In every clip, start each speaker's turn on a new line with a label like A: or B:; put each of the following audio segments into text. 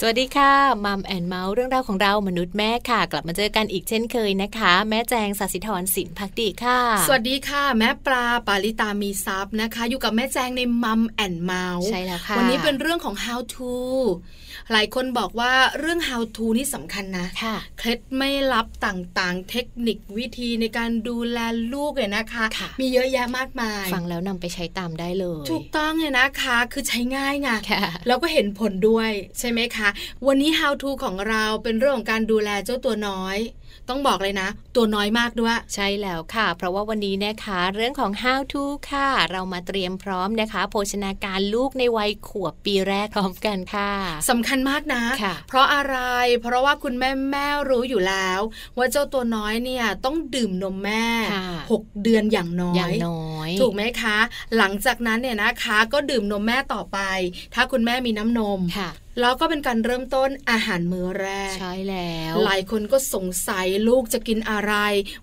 A: สวัสดีค่ะมัมแอนเมาส์เรื่องราวของเรามนุษย์แม่ค่ะ กลับมาเจอกันอีกเช่นเคยนะคะ แม่แจงสัสิธรสินพักดีค่ะ
B: สวัสดีค่ะ แม่ปลาปาลิตามีซับนะคะ อยู่กับแม่แจงในมัมแอนเมาส์
A: ใช่แล้วค่ะ
B: วันนี้เป็นเรื่องของ how to หลายคนบอกว่าเรื่อง how to นี่สำคัญนะ
A: ค่ะ
B: เคล็ดไม่ลับต่างๆ เทคนิควิธีในการดูแลลูกเนี่ยนะคะ
A: ค่ะ
B: มีเยอะแยะมากมาย
A: ฟังแล้วนำไปใช้ตามได้เลย
B: ถูกต้องเลยนะคะ คือใช้ง่ายไง
A: ค่ะ
B: แล้วก็เห็นผลด้วยใช่ไหมคะ วันนี้ how to ของเราเป็นเรื่องของการดูแลเจ้าตัวน้อย ต้องบอกเลยนะ ตัวน้อยมากด้วย
A: ใช่แล้วค่ะ เพราะว่าวันนี้นะคะ เรื่องของ how to ค่ะ เรามาเตรียมพร้อมนะคะ โภชนาการลูกในวัยขวบปีแรกพร้อมกันค่ะ
B: สำคัญมากนะ
A: ค่ะ
B: เพราะอะไร เพราะว่าคุณแม่แม่รู้อยู่แล้ว ว่าเจ้าตัวน้อยเนี่ยต้องดื่มนมแม่
A: ค่ะ
B: 6 เดือนอย่างน้
A: อย่างน้อย
B: ถูกไหมคะ หลังจากนั้นเนี่ยนะคะ ก็ดื่มนมแม่ต่อไป ถ้าคุณแม่มีน้ำนม
A: ค่ะ
B: แล้วก็เป็นการเริ่มต้นอาหารมื้อแรก
A: ใช่แล้ว
B: หลายคนก็สงสัยลูกจะกินอะไร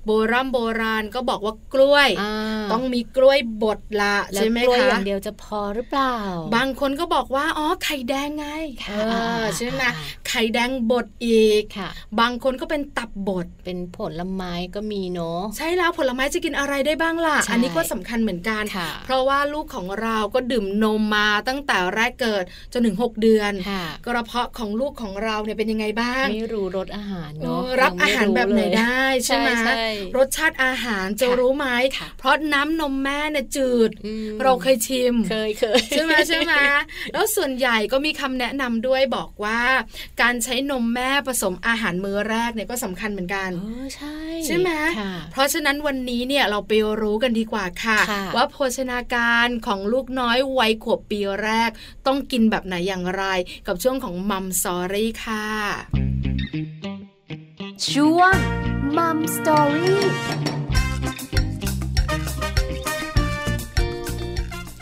B: โบราณโบราณก็บอกว่ากล้วย
A: อ่า
B: ต้องมีกล้วยบดละ
A: แล้ว
B: ใช่ไหม
A: กล้วย
B: คะ
A: อย่างเดียวจะพอหรือเปล่า
B: บางคนก็บอกว่าอ๋อไข่แดงไง
A: ค่ะ
B: เออใช่ไหม
A: อ่า
B: ไข่แดงบดอีก
A: ค่ะ
B: บางคนก็เป็นตับบด
A: เป็นผลไม้ก็มีเนาะ
B: ใช่แล้วผลไม้จะกินอะไรได้บ้างล่ะ
A: ใช่
B: อันนี้ก็สำคัญเหมือนกัน
A: ค่ะ
B: เพราะว่าลูกของเราก็ดื่มนมมาตั้งแต่แรกเกิดจนถึง 6 เดือน
A: ค่ะ
B: กระเพาะของลูกของเราเนี่ยเป็นยังไงบ้าง
A: ไม่รู้รสอาหาร
B: เอ
A: เนาะ
B: อรับ
A: ยัง
B: อา
A: ม่
B: หารแบบไหน
A: เลย
B: ได้ใช่ไหม
A: ใช่ใช่
B: รสชาติอาหารจะ
A: ค่ะ
B: รู้ไหม
A: ค่ะ
B: เพราะน้ำนมแม่เนี่ยจืด
A: อืม
B: เราเคยชิม
A: เคยเคย
B: ใช่ไหมใช่ ไหมแล้วส่วนใหญ่ก็มีคำแนะนำด้วยบอกว่า การใช้นมแม่ผสมอาหารมื้อแรกเนี่ยก็สำคัญเหมือนกัน
A: เออใช่
B: ใช่ไหม
A: ค่ะ
B: เพราะฉะนั้นวันนี้เนี่ยเราไปรู้กันดีกว่าค่ะ
A: ค่ะ
B: ว่าโภชนาการของลูกน้อยวัยขวบปีแรก ต้องกินแบบไหนอย่างไร กับช่วงของมัมสอรี่ค่ะ
C: ช่วงมัมสตอรี่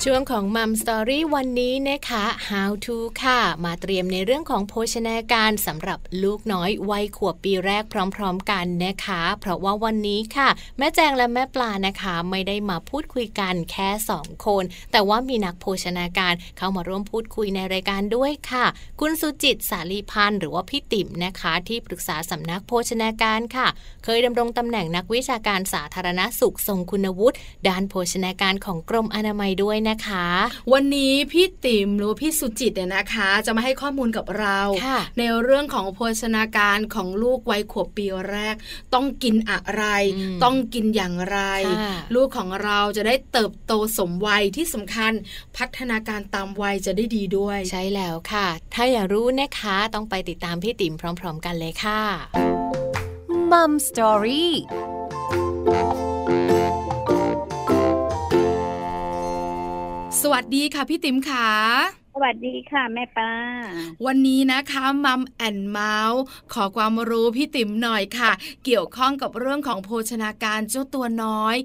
A: ช่วงของมัมสตอรี่วันนี้นะคะ how to ค่ะ มาเตรียมในเรื่องของโภชนาการสำหรับลูกน้อยวัยขวบปีแรกพร้อมๆกันนะคะ เพราะว่าวันนี้ค่ะ แม่แจงและแม่ปลานะคะ ไม่ได้มาพูดคุยกันแค่ 2 คน แต่ว่ามีนักโภชนาการเข้ามาร่วมพูดคุยในรายการด้วยค่ะ คุณสุจิตสาลีพันธ์หรือว่าพี่ติ๋มนะคะ ที่ปรึกษาสำนักโภชนาการค่ะ เคยดำรงตำแหน่งนักวิชาการสาธารณสุขทรงคุณวุฒิด้านโภชนาการของกรมอนามัยด้วยนะคะ
B: วันนี้พี่ติ๋มหรือว่าพี่สุจิตเนี่ยนะคะ จะมาให้ข้อมูลกับเรา
A: ค่ะ
B: ในเรื่องของโภชนาการของลูกวัยขวบปีแรก ต้องกินอะไร
A: อืม
B: ต้องกินอย่างไร
A: ค่ะ
B: ลูกของเราจะได้เติบโตสมวัยที่สำคัญพัฒนาการตามวัยจะได้ดีด้วย
A: ใช่แล้วค่ะ ถ้าอยากรู้นะคะต้องไปติดตามพี่ติ๋มพร้อม ๆ กันเลยค่ะ
C: มัมสตอรี่
B: สวัสดีค่ะพี่ติ๋มค่ะ
D: สวัสดีค่ะแม่ปลา
B: วันนี้นะคะมัมแอนเมาส์ขอความรู้พี่ติ๋มหน่อยค่ะ เกี่ยวข้องกับเรื่องของโภชนาการเจ้าตัวน้อย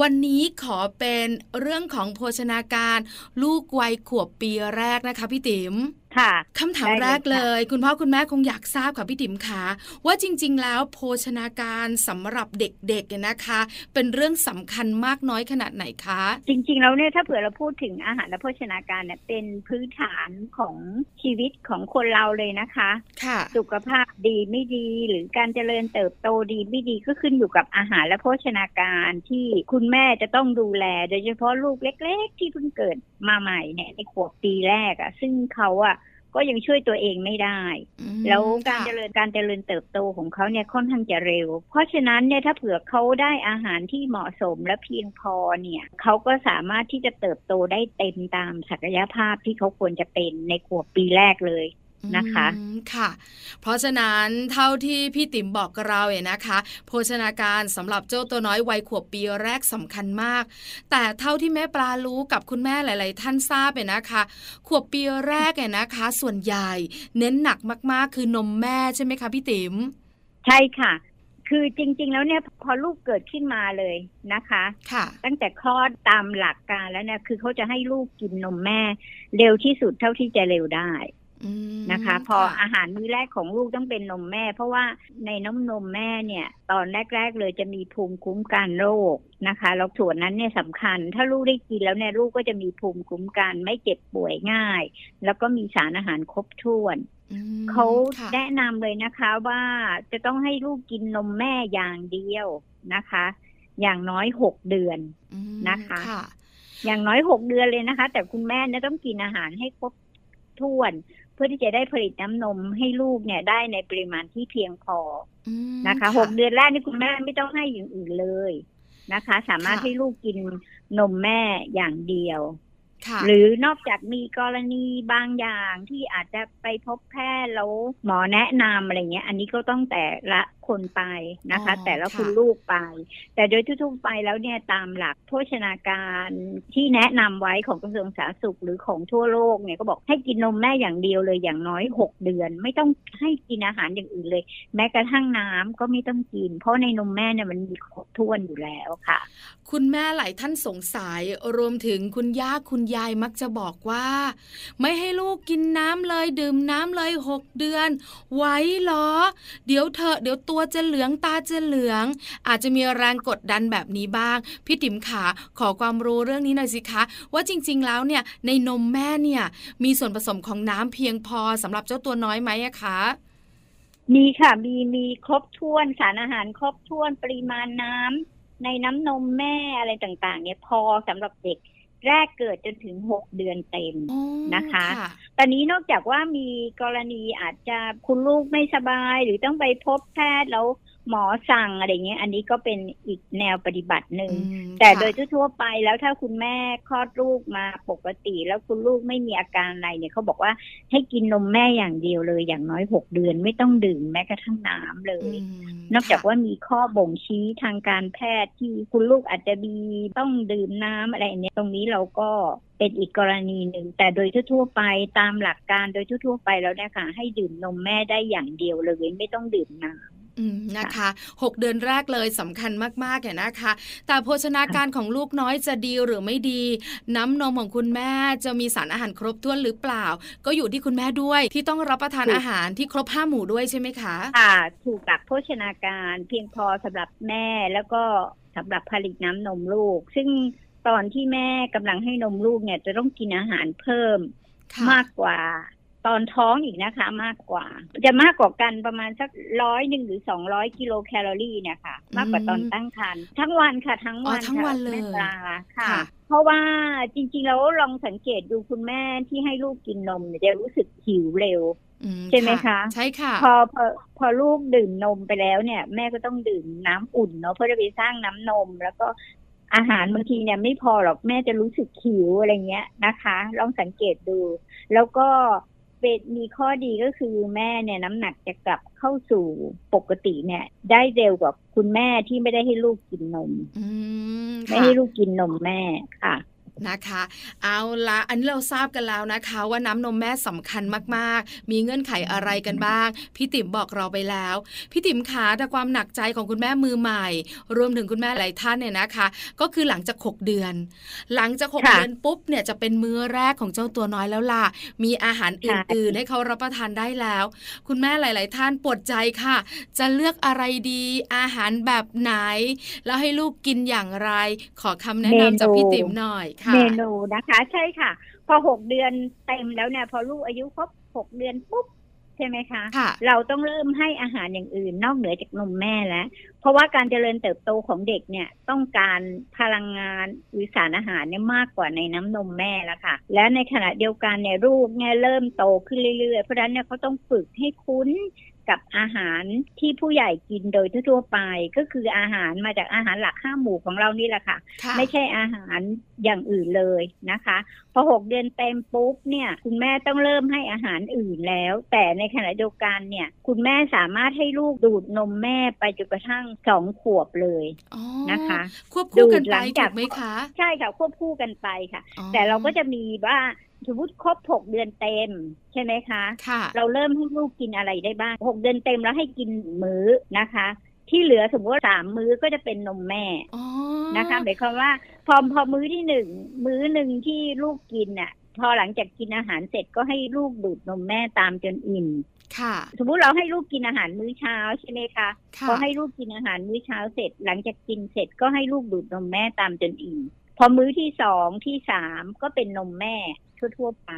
B: วันนี้ขอเป็นเรื่องของโภชนาการ ลูกวัยขวบปีแรกนะคะพี่ติ๋ม
D: ค่ะ
B: คำถาม
D: ได้
B: แร
D: เลย
B: กเลย คุณพ่อคุณแม่คงอยากทราบค่ะพี่ติ๋มค่ะว่าจริง ๆ แล้วโภชนาการสำหรับเด็กๆเนี่ยนะคะ เป็นเรื่องสำคัญมากน้อยขนาดไหนคะ
D: จริงๆแล้วเนี่ยถ้าเผื่อเราพูดถึงอาหารและโภชนาการเนี่ยเป็นพื้นฐานของชีวิตของคนเราเลยนะคะ
B: ค่ะ
D: สุขภาพดีไม่ดี หรือการเจริญเติบโตดีไม่ดีก็ขึ้นอยู่กับอาหารและโภชนาการที่คุณแม่จะต้องดูแล โดยเฉพาะลูกเล็ก ๆ ที่เพิ่งเกิดมาใหม่เนี่ยในขวบปีแรกอะ่ะ ซึ่งเขาอะก็ยังช่วยตัวเองไม่ได้ แล้วการเจริญการเจริญเติบโตของเขาเนี่ยค่อนข้างจะเร็ว เพราะฉะนั้นเนี่ยถ้าเผื่อเขาได้อาหารที่เหมาะสมและเพียงพอเนี่ยเขาก็สามารถที่จะเติบโตได้เต็มตามศักยภาพที่เขาควรจะเป็นในขวบปีแรกเลย นะคะ
B: อืมค่ะ เพราะฉะนั้นเท่าที่พี่ติ๋มบอกกับเราเนี่ยนะคะ โภชนาการสำหรับเจ้าตัวน้อยวัยขวบปีแรกสำคัญมาก แต่เท่าที่แม่ปลารู้กับคุณแม่หลาย ๆ ท่านทราบเนี่ยนะคะ ขวบปีแรกเนี่ยนะคะ ส่วนใหญ่เน้นหนักมาก ๆ คือนมแม่ใช่ไหมคะพี่ติ๋ม
D: ใช่ค่ะ คือจริง ๆ แล้วเนี่ยพอลูกเกิดขึ้นมาเลยนะคะ
B: ค่ะ
D: ตั้งแต่คลอดตามหลักการแล้วเนี่ยคือเขาจะให้ลูกกินนมแม่เร็วที่สุดเท่าที่จะเร็วได้
B: อืม
D: นะคะ พออาหารมื้อแรกของลูกต้องเป็นนมแม่ เพราะว่าในน้ำนมแม่เนี่ย ตอนแรก ๆ เลยจะมีภูมิคุ้มกันโรคนะคะแล้วส่วนนั้นเนี่ยสำคัญ ถ้าลูกได้กินแล้วเนี่ยลูกก็จะมีภูมิคุ้มกัน ไม่เจ็บป่วยง่าย แล้วก็มีสารอาหารครบถ้วน
B: อืม
D: เขา
B: ค่ะ
D: แนะนำเลยนะคะว่าจะต้องให้ลูกกินนมแม่อย่างเดียวนะคะ อย่างน้อยหกเดือน
B: อืม
D: นะคะ
B: ค่ะ
D: อย่างน้อยหกเดือนเลยนะคะ แต่คุณแม่เนี่ยต้องกินอาหารให้ครบถ้วน เพื่อที่จะได้ผลิตน้ำนมให้ลูกเนี่ยได้ในปริมาณที่เพียงพอ
B: อืม
D: นะคะหกเดือนแรกนี่คุณแม่ไม่ต้องให้อย่างอื่นเลยนะคะ สามารถ
B: ค่ะ
D: ให้ลูกกินนมแม่อย่างเดียว
B: ค่ะ
D: หรือนอกจากมีกรณีบางอย่างที่อาจจะไปพบแพทย์แล้วหมอแนะนำอะไรเงี้ย อันนี้ก็ต้องแต่ละคนไปนะคะ
B: อ๋อ
D: แต่ละ
B: ค่ะ
D: คุณลูกไป แต่โดยทั่วๆไปแล้วเนี่ยตามหลักโภชนาการที่แนะนำไว้ของกระทรวงสาธารณสุขหรือของทั่วโลกเนี่ยก็บอกให้กินนมแม่อย่างเดียวเลยอย่างน้อยหกเดือน ไม่ต้องให้กินอาหารอย่างอื่นเลย แม้กระทั่งน้ำก็ไม่ต้องกิน เพราะในนมแม่เนี่ยมันมีครบถ้วนอยู่แล้วค่ะ
B: คุณแม่หลายท่านสงสัยรวมถึงคุณย่าคุณยายมักจะบอกว่า ไม่ให้ลูกกินน้ำเลยดื่มน้ำเลยหกเดือน ไว้เหรอ เดี๋ยวเธอะเดี๋ยวตัวจะเหลืองตาจะเหลือง อาจจะมีแรงกดดันแบบนี้บ้าง พี่ติ๋มขาขอความรู้เรื่องนี้หน่อยสิคะ ว่าจริง ๆ แล้วเนี่ย ในนมแม่เนี่ย มีส่วนผสมของน้ำเพียงพอสำหรับเจ้าตัวน้อยไหมอะคะ
D: มีค่ะมีมีครบถ้วนสารอาหารครบถ้วนปริมาณน้ำในน้ำนมแม่อะไรต่างๆ เนี่ยพอสำหรับเด็กแรกเกิดจนถึงหกเดือนเต็ม
B: อ๋อ
D: นะคะ ตอนนี้นอกจากว่ามีกรณีอาจจะคุณลูกไม่สบาย หรือต้องไปพบแพทย์แล้วหมอสั่งอะไรเงี้ยอันนี้ก็เป็นอีกแนวปฏิบัติหนึ่ง
B: อืม
D: แต่
B: ค่ะ
D: โดยทั่วๆไปแล้วถ้าคุณแม่คลอดลูกมาปกติ แล้วคุณลูกไม่มีอาการอะไรเนี่ยเขาบอกว่าให้กินนมแม่อย่างเดียวเลยอย่างน้อยหกเดือนไม่ต้องดื่มแม้กระทั่งน้ำเลย
B: ม
D: นอกจาก
B: ค่ะ
D: ว่ามีข้อบ่งชี้ทางการแพทย์ที่คุณลูกอาจจะมีต้องดื่มน้ำอะไรเนี่ยตรงนี้เราก็เป็นอีกกรณีหนึ่ง แต่โดยทั่วๆไปตามหลักการโดยทั่วๆไปแล้วเนะคะให้ดื่มนมแม่ได้อย่างเดียวเลยไม่ต้องดื่มน้ำ
B: อืมนะคะหกเดือนแรกเลยสำคัญมากๆเนี่ยนะคะ แต่โภชนาการของลูกน้อยจะดีหรือไม่ดี น้ำนมของคุณแม่จะมีสารอาหารครบถ้วนหรือเปล่า ก็อยู่ที่คุณแม่ด้วยที่ต้องรับประทาน
D: ถูก
B: อาหารที่ครบห้าหมู่ด้วยใช่ไหมคะ
D: ค่ะถูกหลักโภชนาการเพียงพอสำหรับแม่แล้วก็สำหรับผลิตน้ำนมลูก ซึ่งตอนที่แม่กำลังให้นมลูกเนี่ยจะต้องกินอาหารเพิ่ม
B: ค่ะ
D: มากกว่าตอนท้องอีกนะคะ มากกว่า จะมากกว่ากันประมาณสักร้อยหนึ่งหรือสองร้อยกิโลแคลอรี่เนี่ยค่ะ มากกว่าตอนตั้งครรภ์ทั้งวันค่ะ ทั้ง
B: อ๋อ
D: วันค่ะ
B: ทั้งวันเล
D: แม่
B: ย
D: ปลาค่ะ
B: ค่ะ
D: เพราะว่าจริงๆแล้วลองสังเกตดูคุณแม่ที่ให้ลูกกินนมเนี่ยจะรู้สึกหิวเร็ว
B: อื
D: ใช่ไหมคะ
B: ใช่ค่ะ
D: พอพอพอลูกดื่มนมไปแล้วเนี่ย แม่ก็ต้องดื่มน้ำอุ่นเนาะเพื่อจะไปสร้างน้ำนม แล้วก็อาหารบางทีเนี่ยไม่พอหรอกแม่จะรู้สึกหิวอะไรเงี้ยนะคะ ลองสังเกตดู แล้วก็เป็นมีข้อดีก็คือแม่เนี่ยน้ำหนักจะกลับเข้าสู่ปกติเนี่ย ได้เร็วกว่าคุณแม่ที่ไม่ได้ให้ลูกกินนม
B: อืม
D: ไม่
B: ค่ะ
D: ให้ลูกกินนมแม่ค่ะ
B: นะคะ เอาละอันนี้เราทราบกันแล้วนะคะ ว่าน้ำนมแม่สำคัญมากๆ มีเงื่อนไขอะไรกันบ้าง พี่ติ๋มบอกเราไปแล้ว พี่ติ๋มขาแต่ความหนักใจของคุณแม่มือใหม่ รวมถึงคุณแม่หลายท่านเนี่ยนะคะ ก็คือหลังจาก 6 เดือน หลังจาก 6
D: ค่ะ
B: เดือนปุ๊บเนี่ยจะเป็นมื้อแรกของเจ้าตัวน้อยแล้วล่ะ มีอาหารอ
D: ค่ะ
B: ื่นๆให้เขารับประทานได้แล้ว คุณแม่หลาย ๆ ท่านปวดใจค่ะ จะเลือกอะไรดี อาหารแบบไหน แล้วให้ลูกกินอย่างไร ขอคำแนะนำจากพี่ติ๋มหน่อยค่ะ
D: เมนูนะคะใช่ค่ะ พอหกเดือนเต็มแล้วเนี่ย พอลูกอายุครบหกเดือนปุ๊บใช่ไหมคะ
B: ค่ะ
D: เราต้องเริ่มให้อาหารอย่างอื่นนอกเหนือจากนมแม่แล้ว เพราะว่าการเจริญเติบโตของเด็กเนี่ยต้องการพลังงานหรือสารอาหารเนี่ยมากกว่าในน้ำนมแม่แล้วค่ะ และในขณะเดียวกันเนี่ยลูกเนี่ยเริ่มโตขึ้นเรื่อยๆ เพราะฉะนั้นเนี่ยเขาต้องฝึกให้คุ้นกับอาหารที่ผู้ใหญ่กินโดยทั่วๆไป ก็คืออาหารมาจากอาหารหลักห้าหมู่ของเรานี่แหละค่ะ
B: ค่ะ
D: ไม่ใช่อาหารอย่างอื่นเลยนะคะ พอหกเดือนเต็มปุ๊บเนี่ย คุณแม่ต้องเริ่มให้อาหารอื่นแล้ว แต่ในขณะเดียวกันเนี่ย คุณแม่สามารถให้ลูกดูดนมแม่ไปจนกระทั่งสองขวบเลย
B: อ๋อ
D: นะคะ
B: ควบคู่กัน
D: ดูดห
B: ไป
D: ลัง
B: ถู
D: จาก
B: กไหมคะ
D: ใช่ค่ะควบคู่กันไปค่ะ
B: อ๋อ
D: แต่เราก็จะมีว่าสมมติครบหกเดือนเต็มใช่ไหมคะ
B: ค่ะ
D: เราเริ่มให้ลูกกินอะไรได้บ้างหกเดือนเต็มแล้วให้กินหนึ่งมื้อนะคะ ที่เหลือสมมติว่าสามมื้อก็จะเป็นนมแม่
B: อ๋อ
D: นะคะหมายความว่าพอพอมื้อที่หนึ่งมื้อหนึ่งที่ลูกกินน่ะ พอหลังจากกินอาหารเสร็จก็ให้ลูกดูดนมแม่ตามจนอิ่ม
B: ค่ะ
D: สมมุติเราให้ลูกกินอาหารมื้อเช้าใช่ไหมคะ
B: ค่ะ
D: พอให้ลูกกินอาหารมื้อเช้าเสร็จ หลังจากกินเสร็จก็ให้ลูกดูดนมแม่ตามจนอิ่มพอมื้อที่สองที่สามก็เป็นนมแม่ทั่วๆไป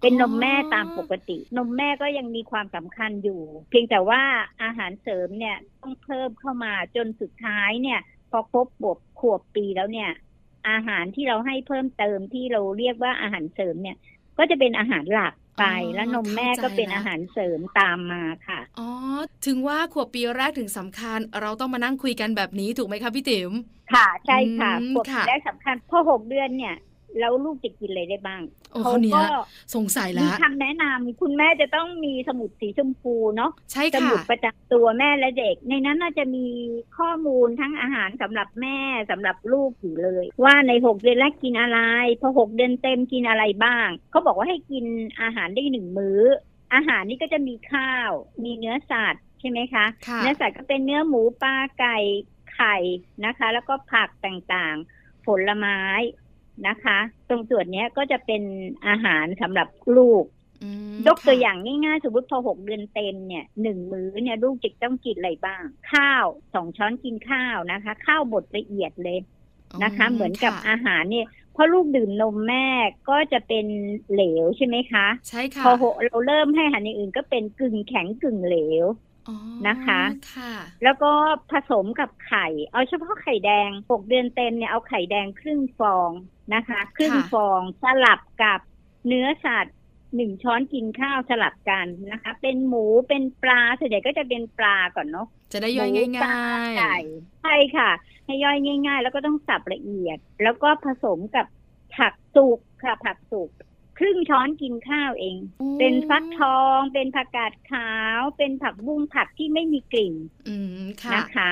D: เป็นนมแม่ตามปกติ นมแม่ก็ยังมีความสำคัญอยู่ เพียงแต่ว่าอาหารเสริมเนี่ยต้องเพิ่มเข้ามาจนสุดท้ายเนี่ย พอครบบวบขวบปีแล้วเนี่ย อาหารที่เราให้เพิ่มเติมที่เราเรียกว่าอาหารเสริมเนี่ย ก็จะเป็นอาหารหลักไป แล้วนมแม่ก็เป็นอาหารเสริมตามมาค่ะ
B: อ๋อถึงว่าขวบปีแรกถึงสำคัญ เราต้องมานั่งคุยกันแบบนี้ถูกไหมคะพี่ติ๋ม
D: ค่ะใช่ค่ะ
B: อืม
D: ขวบ
B: ค่ะ
D: ได้สำคัญพอหกเดือนเนี่ยแล้วลูกจะกินอะไรได้บ้าง
B: โอ้คนเนี้ย
D: ก็
B: สงสัย
D: มี
B: ละ
D: คำแนะนำคุณแม่จะต้องมีสมุดสีชมพูเนาะ
B: ใช่
D: ส
B: ค่ะ
D: มุดประจำตัวแม่และเด็ก ในนั้นน่าจะมีข้อมูลทั้งอาหารสำหรับแม่สำหรับลูกอยู่เลย ว่าในหกเดือนแรกกินอะไร พอหกเดือนเต็มกินอะไรบ้างเขาบอกว่าให้กินอาหารได้หนึ่งมื้อ อาหารนี่ก็จะมีข้าว มีเนื้อสัตว์ใช่ไหมคะ
B: ค่ะ
D: เนื้อสัตว์ก็เป็นเนื้อหมูปลาไก่ไข่นะคะ แล้วก็ผักต่างๆ ผลไม้นะคะ ตรงส่วนเนี้ยก็จะเป็นอาหารสำหรับลูก
B: อืม
D: ยกตัว
B: ค่ะ
D: อย่างง่ายๆสมมติพอหกเดือนเต็มเนี่ยหนึ่งมื้อเนี่ยลูกจะต้องกินอะไรบ้าง ข้าวสองช้อนกินข้าวนะคะ ข้าวบดละเอียดเลยนะคะ เหมือนกับ
B: ค่ะ
D: อาหารเนี่ยเพราะลูกดื่มนมแม่ก็จะเป็นเหลวใช่ไหมคะ
B: ใช่ค่ะ
D: พอหกเราเริ่มให้อาหารอย่างอื่นก็เป็นกึ่งแข็งกึ่งเหลว
B: อ๋อ
D: นะคะ
B: ค่ะ
D: แล้วก็ผสมกับไข่ เอาเฉพาะไข่แดง 6 เดือนเต็มเนี่ยเอาไข่แดงครึ่งฟองนะคะ ครึ่งฟองสลับกับเนื้อสัตว์หนึ่งช้อนกินข้าวสลับกันนะคะ เป็นหมูเป็นปลาส่วนใหญ่ก็จะเป็นปลาก่อนเนาะ
B: จะได้ย่อย
D: หมูปล
B: ง่าย
D: ไก่ใช่ค่ะ ให้ย่อยง่าย ๆ แล้วก็ต้องสับละเอียด แล้วก็ผสมกับผักสุกค่ะผักสุกครึ่งช้อนกินข้าวเอง
B: ๆอืม
D: เป็นฟักทอง เป็นผักกาดขาว เป็นผักบุ้งผักที่ไม่มีกลิ่น
B: อืมค่ะ
D: นะคะ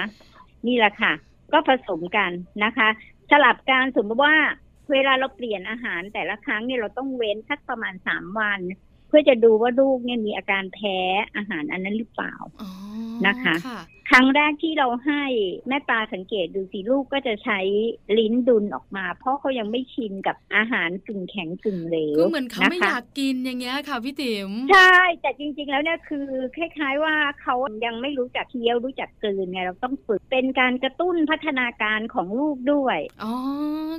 D: นี่แหละค่ะ ก็ผสมกันนะคะ สลับการสมมติว่าเวลาเราเปลี่ยนอาหารแต่ละครั้งเนี่ยเราต้องเว้นสักประมาณสามวัน เพื่อจะดูว่าลูกเนี่ยมีอาการแพ้อาหารอันนั้นหรือเปล่า
B: อ๋อ
D: นะคะ
B: ค่ะ
D: ครั้งแรกที่เราให้แม่ปลาสังเกตดูสิลูกก็จะใช้ลิ้นดุลออกมา เพราะเขายังไม่ชินกับอาหารกึ่งแข็งกึ่งเหลว
B: ก็เหมือนเขาไม่
D: ะคะ
B: อยากกินอย่างเงี้ยค่ะพี่ติ๋ม
D: ใช่ แต่จริงๆ แล้วเนี่ยคือคล้ายๆว่าเขายังไม่รู้จักเคี้ยวรู้จักกลืนไงเราต้องฝึกเป็นการกระตุ้นพัฒนาการของลูกด้วย
B: อ๋อ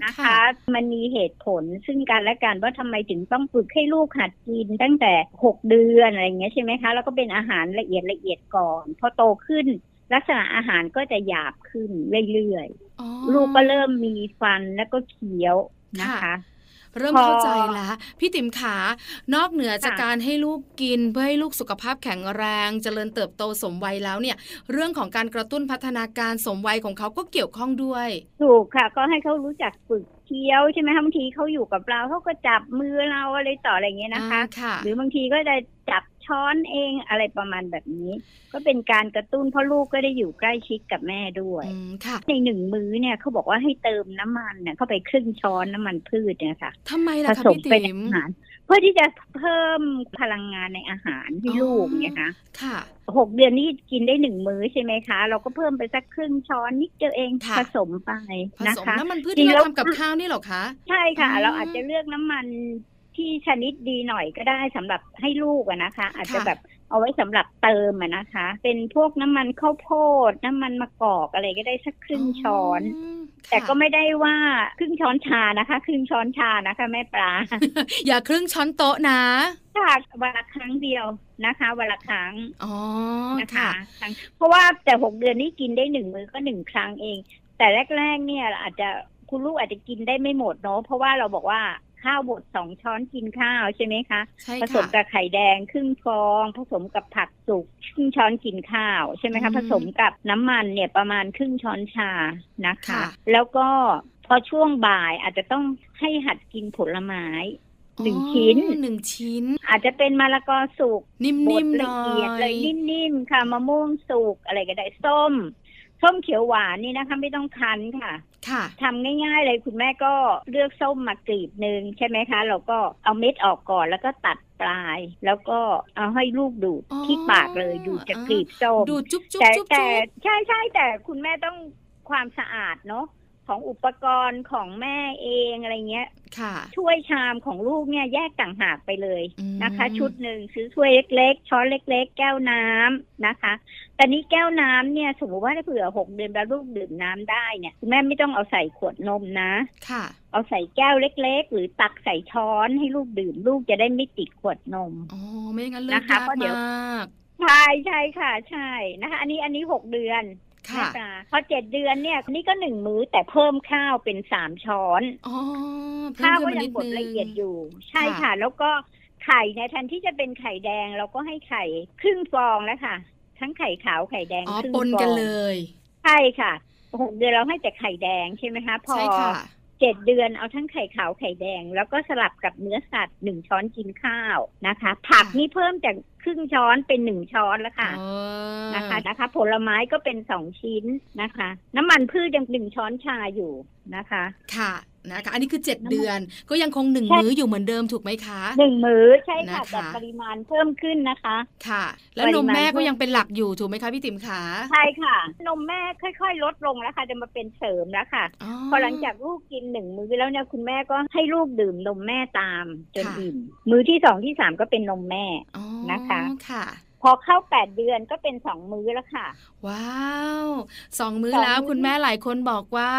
D: นะ
B: ค่ะ
D: คะ มันมีเหตุผลซึ่งกันและกันว่าทำไมถึงต้องฝึกให้ลูกหัดกินตั้งแต่ 6 เดือนอะไรอย่างเงี้ยใช่ไหมคะ แล้วก็เป็นอาหารละเอียดละเอียดก่อน พอโตขึ้น ลักษณะอาหารก็จะหยาบขึ้นเรื่อย
B: อ๋อ
D: ๆ ลูกก็เริ่มมีฟันแล้วก็เคี้ยวนะคะ
B: เริ่ม
D: พอ
B: เข้าใจละพี่ติ๋มขานอกเหนือจาก
D: ค่ะ
B: การให้ลูกกินเพื่อให้ลูกสุขภาพแข็งแรง เจริญเติบโตสมวัยแล้วเนี่ย เรื่องของการกระตุ้นพัฒนาการสมวัยของเขาก็เกี่ยวข้องด้วย
D: ถูกค่ะ ก็ให้เขารู้จักฝึกเคี้ยวใช่ไหมคะบางทีเขาอยู่กับเราเขาก็จับมือเราอะไรต่ออะไรอย่างเงี้ยนะคะ
B: อ่าค่ะ
D: หรือบางทีก็จะจับช้อนเองอะไรประมาณแบบนี้ ก็เป็นการกระตุ้นเพราะลูกก็ได้อยู่ใกล้ชิดกับแม่ด้วย
B: อืม ค่ะ
D: ในหนึ่งมื้อเนี่ยเขาบอกว่าให้เติมน้ำมันเนี่ยเข้าไปครึ่งช้อนน้ำมันพืชเนี่ยค่ะ
B: ทำไม
D: ผ
B: ล่ะคะ
D: สม
B: พี่
D: ไปใน
B: ติ๋ม
D: อาหาร เพื่อที่จะเพิ่มพลังงานในอาหารให้ลูกเนี่ยค่ะ
B: ค่ะ
D: หกเดือนนี่กินได้หนึ่งมื้อใช่ไหมคะ เราก็เพิ่มไปสักครึ่งช้อนนิดเดียวเอง
B: ค่ะ
D: ผสมไป
B: ผ
D: นะ
B: สม
D: คะ
B: น้ำมันพืช
D: จริ
B: ที่
D: งๆ
B: เรา
D: แล้ว
B: ทำกับข้าวนี่เหรอคะ
D: ใช่ค่ะ
B: อืม
D: เราอาจจะเลือกน้ำมันที่ชนิดดีหน่อยก็ได้สำหรับให้ลูกอะนะคะ อาจจะ
B: ค่ะ
D: แบบเอาไว้สำหรับเติมอะนะคะ เป็นพวกน้ำมันข้าวโพดน้ำมันมะกอกอะไรก็ได้สักครึ่งช้อน
B: ม
D: แต่ก็
B: ค่ะ
D: ไม่ได้ว่าครึ่งช้อนชานะคะ ครึ่งช้อนชานะคะแม่ป ลา
B: อย่าครึ่งช้อนโต๊ะนะ
D: ค่ะวันละครั้งเดียวนะคะวันละครั้ง
B: อ๋อ
D: นะคะ
B: ค่ะ
D: ครั้งเพราะว่าแต่หกเดือนนี่กินได้หนึ่งมื้อก็หนึ่งครั้งเอง แต่แรก ๆ เนี่ยอาจจะคุณลูกอาจจะกินได้ไม่หมดเนาะเพราะว่าเราบอกว่าข้าวบดสองช้อนกินข้าวใช่ไหมคะ
B: ใช่
D: ผสม
B: ค่ะ
D: กับไข่แดงครึ่งฟอง ผสมกับผักสุกครึ่งช้อนกินข้าวใช่ไหม
B: อื
D: คะ
B: ม
D: ผสมกับน้ำมันเนี่ยประมาณครึ่งช้อนชานะคะ
B: ค่ะ
D: แล้วก็พอช่วงบ่ายอาจจะต้องให้หัดกินผลไม้ หนึ่งชิ้น
B: อ๋อหนึ่งชิ้น
D: อาจจะเป็นมะละกอสุก
B: นิ่
D: บด
B: มๆห
D: ละ
B: น่อ
D: เอียดเลย
B: ย
D: นิ่มๆค่ะมะม่วงสุกอะไรก็ได้ส้ม ส้มเขียวหวานนี่นะคะไม่ต้องคั้นค่ะ
B: ค่ะ
D: ทำง่ายๆเลยคุณแม่ก็เลือกส้มมากรีบหนึ่งใช่ไหมคะ เราก็เอาเม็ดออกก่อนแล้วก็ตัดปลาย แล้วก็เอาให้ลูกดูด
B: อ๋อ
D: ที่ปากเลยดูดจาก
B: อ่าก ก
D: รีบส้ม
B: ดูดจุ๊บจุ๊บ
D: แต่
B: จุ๊บ
D: แต่
B: จุ๊บ
D: ใช่ใช่แต่คุณแม่ต้องความสะอาดเนาะ ของอุปกรณ์ของแม่เองอะไรเงี้ย
B: ค่ะ
D: ถ้วยชามของลูกเนี่ยแยกต่างหากไปเลย
B: อืม
D: นะคะ ชุดหนึ่งซื้อถ้วยเล็กๆ ช้อนเล็ก ๆ แก้วน้ำนะคะ แต่นี้แก้วน้ำเนี่ยสมมติว่าถ้าเผื่อหกเดือนแล้วลูกดื่มน้ำได้เนี่ยคุณแม่ไม่ต้องเอาใส่ขวดนมนะ
B: ค่ะ
D: เอาใส่แก้วเล็ก ๆ หรือตักใส่ช้อนให้ลูกดื่มลูกจะได้ไม่ติดขวดนม
B: อ๋อไม่งั้นเลือก
D: นะคะ
B: ยาก
D: เพราะเดี๋ยว
B: มาก
D: ใช่ใช่ค่ะใช่นะคะ อันนี้อันนี้หกเดือน
B: ค่ะ
D: นพอเจ็ดเดือนเนี่ยนี่ก็หนึ่งมื้อแต่เพิ่มข้าวเป็นสามช้อน
B: อ๋อเพิ่ม
D: ข้าว
B: ขึ้น
D: ก็
B: มา
D: ยั
B: นิ
D: ง
B: ด
D: บด
B: นึง
D: ละเอียดอยู่ ใช่
B: ค่ะ
D: ค่ะ แล้วก็ไข่ในยแทนที่จะเป็นไข่แดงเราก็ให้ไข่ครึ่งฟองแล้วค่ะ ทั้งไข่ขาวไข่แดง
B: อ๋อ
D: ครึ่ง
B: ป
D: ฟ
B: น
D: อง
B: กันเลย
D: ใช่ค่ะหกเดือนเราให้แต่ไข่แดงใช่ไหมคะพอ
B: ใช่ค่ะ
D: เจ็ดเดือนเอาทั้งไข่ขาวไข่แดง แล้วก็สลับกับเนื้อสัตว์หนึ่งช้อนกินข้าวนะคะ ผัก
B: ค่ะ
D: นี่เพิ่มจากครึ่งช้อนเป็นหนึ่งช้อนแล้วค่ะ
B: อ๋อ
D: นะคะนะคะ ผลไม้ก็เป็นสองชิ้นนะคะ น้ำมันพืชยังหนึ่งช้อนชาอยู่นะคะ
B: ค่ะนะคะ อันนี้คือเจ็ดเดือนก็ยังคงหนึ่ง
D: ใช่
B: มื้ออยู่เหมือนเดิมถูกไหมคะ
D: หนึ่งมื้อใช่
B: นะ
D: ค่ะ
B: คะ
D: แต่ปริมาณเพิ่มขึ้นนะคะ
B: ค่ะ แล้ว
D: ปริ
B: น
D: มาณ
B: มแม่ก็
D: เพิ่ม
B: ยังเป็นหลักอยู่ถูกไหมคะพี่ติ๋มขา
D: ใช่ค่ะ นมแม่ค่อยๆ ลดลงแล้วค่ะจะมาเป็นเสริมแล้วค่ะ
B: อ๋อ
D: พอหลังจากลูกกินหนึ่งมื้อแล้วเนี่ยคุณแม่ก็ให้ลูกดื่มนมแม่ตามจน
B: ค่ะ
D: อิ่มมื้อที่สองที่สามก็เป็นนมแม่
B: อ๋อ
D: นะคะ
B: ค่ะ
D: พอเข้าแปดเดือนก็เป็นสองมื้อแล้วค่ะ
B: ว้าวสองมื้อ
D: สอง
B: แล้ว
D: มื้อ
B: คุณแม่หลายคนบอกว่า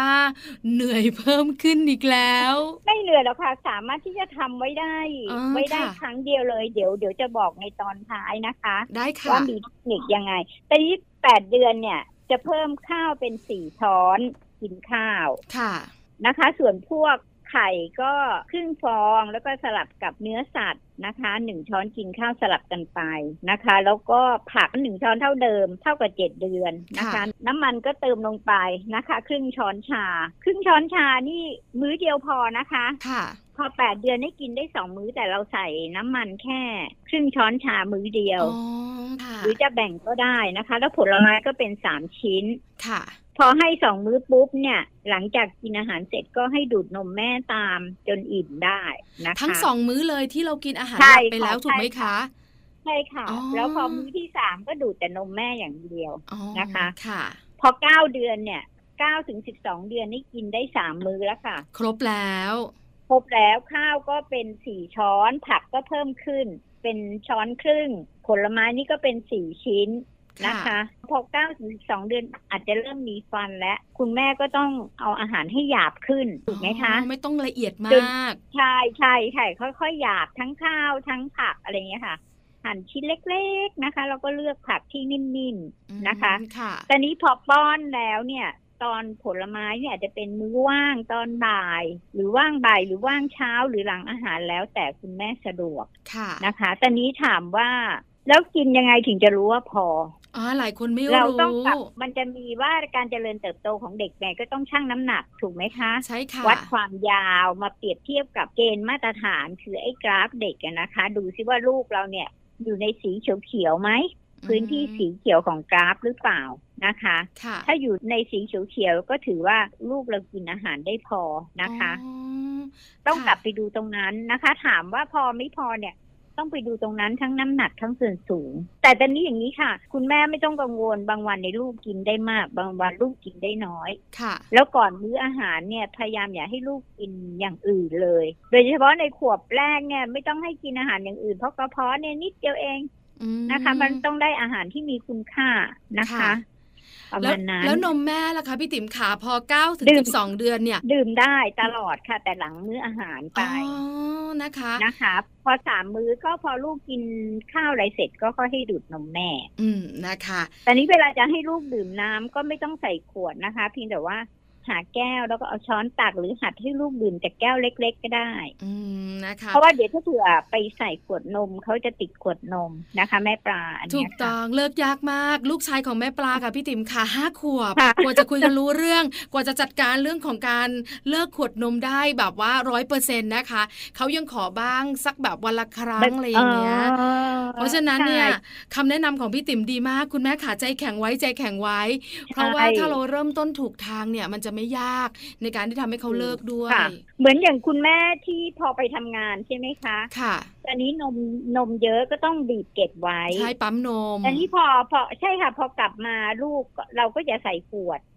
B: เหนื่อยเพิ่มขึ้นอีกแล้ว
D: ไม่เหนื่อยแล้วค่ะ สามารถที่จะทำไว้ได้
B: อ๋อ
D: ไว้ได้
B: ค่ะ
D: ครั้งเดียวเลยเดี๋ยวเดี๋ยวจะบอกในตอนท้ายนะคะ
B: ได้ค่ะ
D: ว่ามีเทคนิคยังไง แต่ที่แปดเดือนเนี่ยจะเพิ่มข้าวเป็นสี่ช้อนกินข้าว
B: ค่ะ
D: นะคะ ส่วนพวกไข่ก็ครึ่งฟองแล้วก็สลับกับเนื้อสัตว์นะคะหนึ่งช้อนกินข้าวสลับกันไปนะคะ แล้วก็ผักหนึ่งช้อนเท่าเดิมเท่ากับเจ็ดเดือนนะคะ
B: ค่ะ
D: น้ำมันก็เติมลงไปนะคะ ครึ่งช้อนชา ครึ่งช้อนชานี่มื้อเดียวพอนะคะ
B: ค่ะ
D: พอแปดเดือนได้กินได้สองมื้อแต่เราใส่น้ำมันแค่ ครึ่งช้อนชามื้อเดียว
B: อ๋อค่ะ
D: หรือจะแบ่งก็ได้นะคะ แล้วผลไม้ก็เป็นสามชิ้น
B: ค่ะ
D: พอให้สองมื้อปุ๊บเนี่ย หลังจากกินอาหารเสร็จก็ให้ดูดนมแม่ตามจนอิ่มได้นะคะ
B: ทั้งสองมื้อเลยที่เรากินอาหาร
D: ใช่
B: หลักไปแล้ว
D: ค่ะ
B: ถูกไหม
D: ใช่
B: คะ
D: ค่ะ ใช่ค่ะ
B: อ๋อ
D: แล้วพอมื้อที่สามก็ดูดแต่นมแม่อย่างเดียว
B: อ๋อ
D: นะคะ
B: ค่ะ
D: พอเก้าเดือนเนี่ยเก้าถึงสิบสองเดือนนี่กินได้สามมื้อแล้วค่ะ
B: ครบแล้ว
D: ครบแล้วข้าวก็เป็นสี่ช้อนผักก็เพิ่มขึ้น เป็นช้อนครึ่ง ผลไม้นี่ก็เป็นสี่ชิ้นนะคะ พอเก้าถึงสิบสองเดือนอาจจะเริ่มมีฟันและคุณแม่ก็ต้องเอาอาหารให้หยาบขึ้นถูกไหมคะ
B: อ๋อไม่ต้องละเอียดม
D: จน
B: าก
D: ใช่ใช่ใช่ค่อยๆหยาบทั้งข้าวทั้งผักอะไรอย่างเงี้ยค่ะ หั่นชิ้นเล็กๆนะคะ แล้วก็เลือกผักที่นิ่ม นะคะ
B: อืมค่ะ
D: ๆแต่นี้พอป้อนแล้วเนี่ย ตอนผลไม้เนี่ยอาจจะเป็นมื้อว่างตอนบ่าย หรือว่างบ่ายหรือว่างเช้าหรือหลังอาหารแล้วแต่คุณแม่สะดวก
B: ค่ะ
D: นะคะแต่นี้ถามว่า แล้วกินยังไงถึงจะรู้ว่าพอ
B: อ๋อหลายคนไม่
D: เรา
B: รู้
D: ต้องปรับมันจะมีว่าการเจริญเติบโตของเด็กแม่ยก็ต้องชั่งน้ำหนักถูกไหมคะ
B: ใช่ค่ะ
D: วัดความยาวมาเปรียบเทียบกับเกณฑ์มาตรฐานคือไอ้กราฟเด็กอะนะคะ ดูซิว่าลูกเราเนี่ยอยู่ในสีเขียวๆไหม พื้นที่สีเขียวของกราฟหรือเปล่านะคะ
B: ค่ะ
D: ถ้าอยู่ในสีเขียวๆก็ถือว่าลูกเรากินอาหารได้พอนะคะ
B: อ๋อ
D: ต้อง
B: ค่ะ
D: กลับไปดูตรงนั้นนะคะ ถามว่าพอไม่พอเนี่ยต้องไปดูตรงนั้นทั้งน้ำหนักทั้งส่วนสูง แต่ตอนนี้อย่างนี้ค่ะ คุณแม่ไม่ต้องกังวลบางวันในลูกกินได้มาก บางวันลูกกินได้น้อย
B: ค่ะ
D: แล้วก่อนมื้ออาหารเนี่ยพยายามอย่าให้ลูกกินอย่างอื่นเลย โดยเฉพาะในขวบแรกเนี่ยไม่ต้องให้กินอาหารอย่างอื่นเพราะกระเพาะเนี่ยนิดเดียวเอง
B: อื
D: นะคะ มันต้องได้อาหารที่มีคุณค่านะคะ ประ
B: แล้ว
D: มาณนั้น
B: แล้วนมแม่ล่ะคะพี่ติ๋มขาพอเก้าถึง
D: ดื่ม
B: สิบสองเดือนเนี่ย
D: ดื่มได้ตลอดค่ะ แต่หลังมื้ออาหารไป
B: อ๋อนะคะ
D: นะคะ พอสามมื้อก็พอลูกกินข้าวอะไรเสร็จก็ค่อยให้ดูดนมแม่
B: อืมนะคะ
D: แต่นี้เวลาจะให้ลูกดื่มน้ำก็ไม่ต้องใส่ขวดนะคะ เพียงแต่ว่าหาแก้วแล้วก็เอาช้อนตักหรือหัดให้ลูกดื่มจากแก้วเล็ก ๆ ก็ได้
B: อืมนะคะ
D: เพราะว่าเดี๋ยวถ้าเผื่อไปใส่ขวดนมเขาจะติดขวดนมนะคะ แม่ปลาอัน
B: ถู
D: เนี้
B: ก
D: ยค่ะ
B: ต้องเลิกยากมาก ลูกชายของแม่ปลาค่ะพี่ติ๋มค่ะห้าขวบ
D: ค่ะ
B: กว่าจะคุยกันรู้เรื่อง กว่าจะจัดการเรื่องของการเลิกขวดนมได้แบบว่าร้อยเปอร์เซ็นต์นะคะเขายังขอบ้างสักแบบวันละครั้งอะไรอย่างเงี้ย
D: อ๋อ
B: เพราะฉะนั้นเนี่ย
D: ใช่
B: คำแนะนำของพี่ติ๋มดีมาก คุณแม่ขาใจแข็งไว้ใจแข็งไว้ เพราะว่าถ้าเราเริ่มต้นถูกทางเนี่ยมันจะไม่ยากในการที่ทำให้เขาเลิกด้วย
D: ค่ะ เหมือนอย่างคุณแม่ที่พอไปทำงานใช่ไหมคะ
B: ค่ะ
D: ตอนนี้นมนมเยอะก็ต้องบีบเก็บไว้
B: ใช่ปั๊มนม
D: ตอนนี้พอพอใช่ค่ะ พอกลับมาลูกก็เราก็อย่าใส่ขวด ใ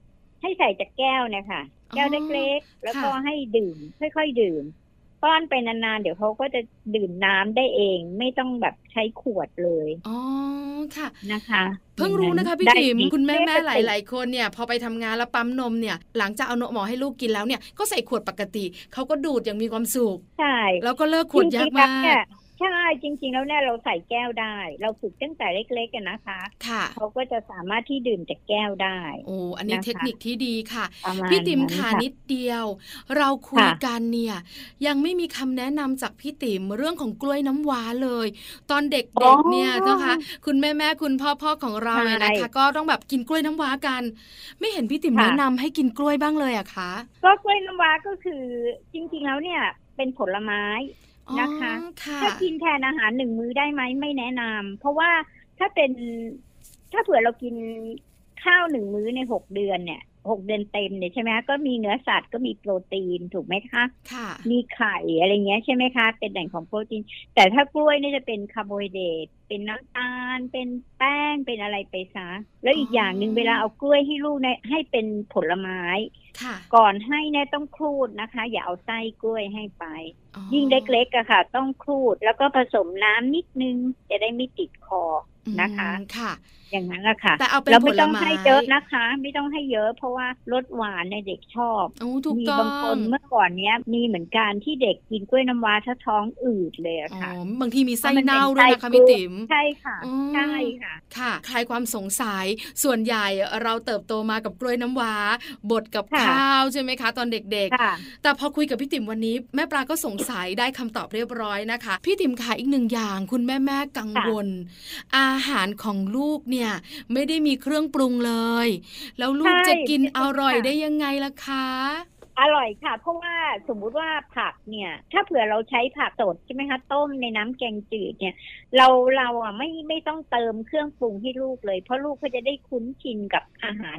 D: ให้ใส่จากแก้วเนี่ยค่ะ แก้วเล็กๆ แล้วก็
B: ค่ะ
D: ให้ดื่ม ค่อยๆดื่ม ป้อนไปนานๆ เดี๋ยวเขาก็จะดื่มน้ำได้เอง ไม่ต้องแบบใช้ขวดเลย
B: อ๋อค่ะ
D: นะคะ
B: เพิ่งรู้นะคะพี่
D: ได้
B: ติ๋ม
D: อีก
B: คุณแม่แม่
D: ได้ปก
B: ห
D: ติ
B: ลาย ๆ คนเนี่ยพอไปทำงานแล้วปั๊มนมเนี่ย หลังจากเอานมหมอให้ลูกกินแล้วเนี่ยก็ใส่ขวดปกติเขาก็ดูดอย่างมีความสุข
D: ใช่
B: แล้วก็เลิกขวดยากมา
D: จริง
B: ก
D: ๆแล้วเนี่ยใช่จริง ๆ แล้วเนี่ยเราใส่แก้วได้ เราฝึกตั้งแต่เล็กๆกันนะคะ
B: ค่ะ
D: เขาก็จะสามารถที่ดื่มจากแก้วได้
B: โอ้อันนี้เทคนิคที่ดีค่ะ
D: ประมาณ
B: พี่ติ๋ม
D: นั้น
B: ขา
D: ค่ะ
B: นิดเดียว เราคุย
D: ค่ะ
B: กันเนี่ย ยังไม่มีคำแนะนำจากพี่ติ๋มเรื่องของกล้วยน้ำว้าเลย ตอนเด็กๆเนี่ยนะคะ คุณแม่แม่ๆคุณพ่อพ่อๆของเราเนี่ยนะคะ ก็ต้องแบบกินกล้วยน้ำว้ากัน ไม่เห็นพี่ติ๋มแนะนำให้กินกล้วยบ้างเลยอะคะ
D: ก็กล้วยน้ำว้าก็คือจริง ๆ แล้วเนี่ยเป็นผลไม้ นะคะ
B: อ๋อค่ะ
D: ถ้ากินแทนอาหารหนึ่งมื้อได้ไหมไม่แนะนำเพราะว่าถ้าเป็นถ้าเผื่อเรากินข้าวหนึ่งมื้อในหกเดือนเนี่ยหกเดือนเต็มเนี่ยใช่ไหมคะก็มีเนื้อสัตว์ก็มีโปรตีนถูกไหมคะ
B: ค่ะ
D: มีไข่อะไรเงี้ยใช่ไหมคะ เป็นแหล่งของโปรตีน แต่ถ้ากล้วยเนี่ยจะเป็นคาร์โบไฮเดรตเป็นน้ำตาล เป็นแป้งเป็นอะไรไปซะ แล้วอีก
B: อ๋อ
D: อ
B: อ
D: ย่างหนึ่งเวลาเอากล้วยให้ลูกเนี่ยให้เป็นผลไม้
B: ค่ะ
D: ก่อนให้เนี่ยต้องครูดนะคะ อย่าเอาไส้กล้วยให้ไป
B: อ๋อ
D: ยิ่งเล็กๆอะค่ะ ต้องครูดแล้วก็ผสมน้ำนิดนึง จะได้ไม่ติดคอ นะคะ
B: อืมค่ะ
D: อย่างนั้นแหละค่ะ
B: แต่เอาเป็น
D: แล้ว
B: ผ
D: ไม่
B: ล
D: ต้อง
B: ไม้
D: ให้เยอะนะคะ ไม่ต้องให้เยอะ เพราะว่ารสหวานเนี่ยเด็กชอบ
B: โอ้ถูก
D: มี
B: ต้อง
D: บางคนเมื่อก่อนเนี้ยมีเหมือนกันที่เด็กกินกล้วยน้ำว้าถ้าท้องอืดเลยอะ
B: อ๋อ
D: ค่ะ
B: บางทีมีไส้
D: เพราะมันเป็น
B: เน่าด้วยนะ
D: ไส้
B: คะ
D: กล้วย
B: พี่ติ๋ม
D: ใช่ค่ะ
B: อืม
D: ใช่ค่ะ
B: ค่ะคลายความสงสัยส่วนใหญ่เราเติบโตมากับกล้วยน้ำว้าบดกับ
D: ค่ะ
B: ข้าวใช่ไหมคะ ตอนเด็ก
D: ค่ะ
B: ๆ แต่พอคุยกับพี่ติ๋มวันนี้แม่ปลาก็สงสัยได้คำตอบเรียบร้อยนะคะ พี่ติ๋มค่ะอีกหนึ่งอย่างคุณแม่แม่ๆกังวล อาหารของลูกเนี่ย ไม่ได้มีเครื่องปรุงเลย แล้วลูก
D: ใช่
B: จะกิน
D: ใช่ค่ะ
B: อร่อยได้ยังไงล่ะคะ
D: อร่อยค่ะ เพราะว่าสมมุติว่าผักเนี่ย ถ้าเผื่อเราใช้ผักสดใช่ไหมคะต้มในน้ำแกงจืดเนี่ย เราเราอ่ะไม่ไม่ต้องเติมเครื่องปรุงให้ลูกเลย เพราะลูกเขาจะได้คุ้นชินกับอาหาร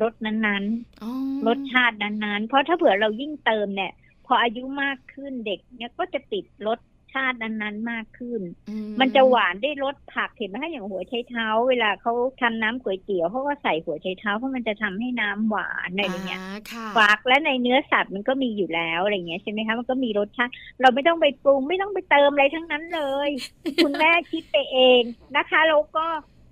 D: รสนั้น
B: อ๋อ
D: ๆ รสชาตินั้นๆ เพราะถ้าเผื่อเรายิ่งเติมเนี่ย พออายุมากขึ้นเด็กเนี่ยก็จะติดรสชาตินั้นๆมากขึ้น
B: อื
D: มันจะหวานได้รสผักเห็นไหมคะอย่างหัวไชเท้า เวลาเขาทำน้ำก๋วยเตี๋ยวเขาก็ใส่หัวไชเท้าเพราะมันจะทำให้น้ำหวานอะไรอย่างเงี้ย
B: าค่ะ
D: ฟักและในเนื้อสัตว์มันก็มีอยู่แล้วอะไรอย่างเงี้ยใช่ไหมคะมันก็มีรสชาติเราไม่ต้องไปปรุงไม่ต้องไปเติมอะไรทั้งนั้นเลย คุณแม่คิดไปเองนะคะแล้วก็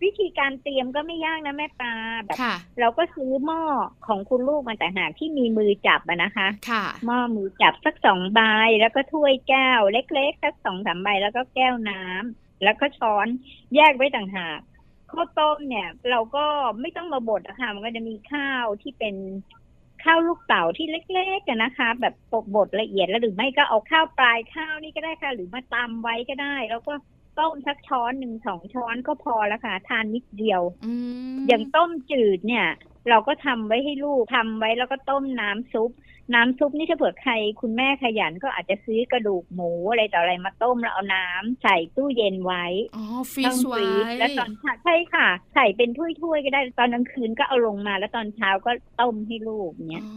D: วิธีการเตรียมก็ไม่ยากนะแม่ปลาแบบ
B: ค่ะ
D: เราก็ซื้อหม้อของคุณลูกมาแต่างหากที่มีมือจับอะนะคะ
B: ค่ะ
D: หม้อมือจับสักสองใบแล้วก็ถ้วยแก้ว เล็กๆสักสองสามใบแล้วก็แก้วน้ำแล้วก็ช้อนแยกไว้ต่างหากข้าวต้มเนี่ย เราก็ไม่ต้องมาบดนะคะมันก็จะมีข้าวที่เป็นข้าวลูกเต๋าที่เล็กๆกันนะคะ แบบบดละเอียดแล้วหรือไม่ก็เอาข้าวปลายข้าวนี่ก็ได้ค่ะ หรือมาตำไว้ก็ได้ แล้วก็ต้มสักช้อนหนึ่งสองช้อนก็พอแล้วค่ะ ทานนิดเดียว
B: อืม
D: อย่างต้มจืดเนี่ย เราก็ทำไว้ให้ลูกทำไว้แล้วก็ต้มน้ำซุป น้ำซุปนี่ถ้าเผื่อใครคุณแม่ขยันก็อาจจะซื้อกระดูกหมูอะไรต่ออะไรมาต้มแล้วเอาน้ำใส่ตู้เย็นไว้
B: อ๋อฟรี
D: ต้อง
B: ซไว้
D: รีซแล้วตอนเช้าใช่ค่ะ ใส่เป็นถ้วยๆก็ได้ตอนกลางคืนก็เอาลงมา แล้วตอนเช้าก็ต้มให้ลูกเนี่ย
B: อ๋อ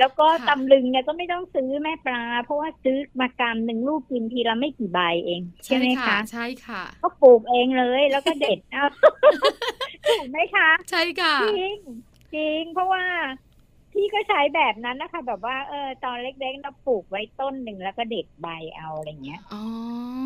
D: แล้วก็
B: ค่ะ
D: ตำลึงเนี่ยก็ไม่ต้องซื้อแม่ปลา เพราะว่าซื้อมากำหนึ่งลูกกินทีละไม่กี่ใบเอง ใช่ไหมคะ
B: ใช่ค่ะ
D: ก็ปลูกเองเลย แล้วก็เด็ดเอา ถูกไหมคะ
B: ใช่ค่ะ
D: จริงจริงเพราะว่าพี่ก็ใช้แบบนั้นนะคะ แบบว่าเออตอนเล็กๆเราปลูกไว้ต้นหนึ่งแล้วก็เด็ดใบเอาอะไรเงี้ย
B: อ๋อ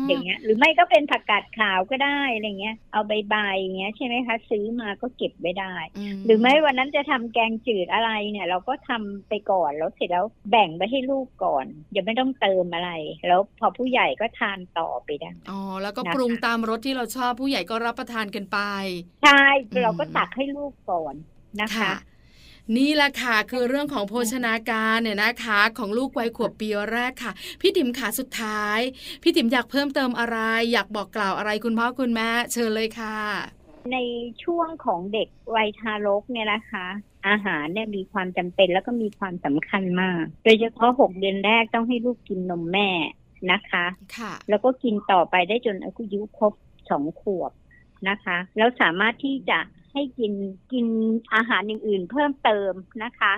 D: อย่างเงี้ย หรือไม่ก็เป็นผักกาดขาวก็ได้อะไรเงี้ย เอาใบใบอย่างเงี้ยใช่ไหมคะ ซื้อมาก็เก็บไว้ได้
B: ม
D: หรือไม่วันนั้นจะทำแกงจืดอะไรเนี่ย เราก็ทำไปก่อนแล้วเสร็จแล้วแบ่งไปให้ลูกก่อนอย่าไม่ต้องเติมอะไร แล้วพอผู้ใหญ่ก็ทานต่อไปได้
B: อ๋อ แล้วก็
D: นะคะ
B: ปรุงตามรสที่เราชอบผู้ใหญ่ก็รับประทานกันไป
D: ใช่
B: อืม
D: เราก็ตักให้ลูกก่อนนะคะ
B: นี่แหละค่ะ คือเรื่องของโภชนาการเนี่ยนะคะ ของลูกวัยขวบปีแรกค่ะ พี่ติ๋มขาสุดท้าย พี่ติ๋มอยากเพิ่มเติมอะไร อยากบอกกล่าวอะไรคุณพ่อคุณแม่เชิญเลยค่ะ
D: ในช่วงของเด็กวัยทารกเนี่ยนะคะ อาหารเนี่ยมีความจำเป็นแล้วก็มีความสำคัญมาก โดยเฉพาะหกเดือนแรกต้องให้ลูกกินนมแม่นะคะ
B: ค่ะ
D: แล้วก็กินต่อไปได้จนอายุครบสองขวบนะคะ แล้วสามารถที่จะให้กินกินอาหารอย่างอื่นเพิ่มเติมนะคะ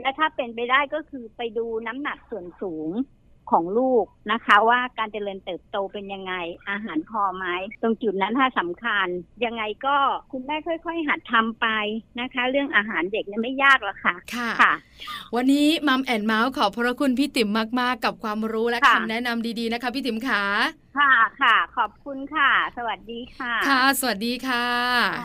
D: และถ้าเป็นไปได้ก็คือไปดูน้ำหนักส่วนสูง ของลูกนะคะ ว่าการเจริญเติบโตเป็นยังไงอาหารพอไหมตรงจุดนั้นถ้าสำคัญ ยังไงก็คุณแม่ค่อยๆ หัดทำไปนะคะ เรื่องอาหารเด็กเนี่ยไม่ยากหรอกค่ะ
B: ค่ะ
D: ค่ะ
B: วันนี้มัมแอนเมาส์ขอบพระคุณพี่ติ๋มมาก ๆ กับความรู้และ
D: ค่ะ
B: คำแนะนำดีๆนะคะพี่ติ๋มค่ะ
D: ค่ะค่ะ ขอบคุณค่ะ สวัสดีค่ะ
B: ค่ะ สวัสดีค่ะ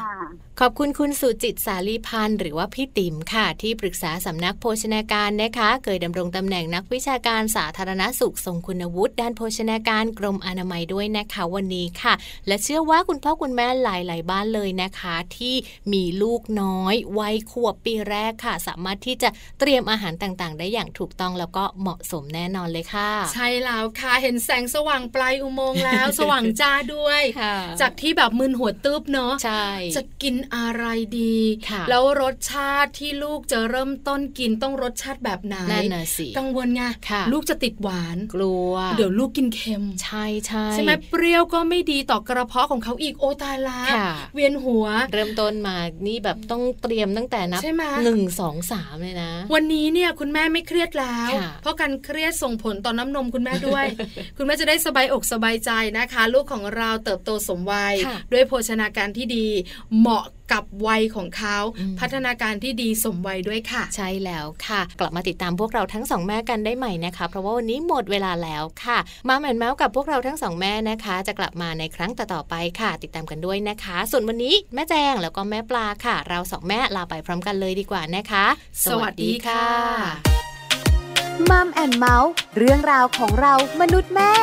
D: ค่ะ
A: ขอบคุณคุณสุจิตสาลีพันธ์หรือว่าพี่ติ๋มค่ะ ที่ปรึกษาสำนักโภชนาการนะคะ เคยดำรงตำแหน่งนักวิชาการสาธารณสุขทรงคุณวุฒิด้านโภชนาการกรมอนามัยด้วยนะคะวันนี้ค่ะ และเชื่อว่าคุณพ่อคุณแม่หลายๆบ้านเลยนะคะ ที่มีลูกน้อยวัยขวบปีแรกค่ะ สามารถที่จะเตรียมอาหารต่างๆ ได้อย่างถูกต้องแล้วก็เหมาะสมแน่นอนเลยค่ะ
B: ใช่แล้วค่ะเห็นแสงสว่างปลายอุโมงค์แล้ว สว่างจ้าด้วย
A: ค่ะ
B: จากที่แบบมึนหัวตึบเนาะ
A: ใช่
B: จะกินอะไรดี
A: ค่ะ
B: แล้วรสชาติที่ลูกจะเริ่มต้นกินต้องรสชาติแบบไหน
A: นั่นน่ะสิ
B: กังวลไง
A: ค่ะ
B: ลูกจะติดหวาน
A: กลัว
B: เดี๋ยวลูกกินเค็ม
A: ใช่ใช่
B: ใช่ไหมเปรี้ยวก็ไม่ดีต่อกระเพาะของเขาอีกโอตายละ
A: ค่ะ
B: เวียนหัว
A: เริ่มต้นมา นี่แบบต้องเตรียมตั้งแต่นับ
B: ใช่ไหม
A: หนึ่งสองสามเลยนะ
B: วันนี้เนี่ยคุณแม่ไม่เครียดแล้ว
A: ค่ะ
B: เพราะการเครียดส่งผลต่อน้ำนมคุณแม่ด้วย คุณแม่จะได้สบายอกสบายใจนะคะ ลูกของเราเติบโตสมวัย
A: ค่ะ
B: ด้วยโภชนาการที่ดี เหมาะกับวัยของเขา
A: อืม
B: พัฒนาการที่ดีสมวัยด้วยค่ะ
A: ใช่แล้วค่ะ กลับมาติดตามพวกเราทั้งสองแม่กันได้ใหม่นะคะ เพราะว่าวันนี้หมดเวลาแล้วค่ะ มาแมนเมาส์กับพวกเราทั้งสองแม่นะคะ จะกลับมาในครั้งต่อๆไปค่ะ ติดตามกันด้วยนะคะ ส่วนวันนี้แม่แจงแล้วก็แม่ปลาค่ะ เราสองแม่ลาไปพร้อมกันเลยดีกว่านะคะ
B: สวัสดีค่ะ
C: มัมแอนเมาส์เรื่องราวของเรามนุษย์แม่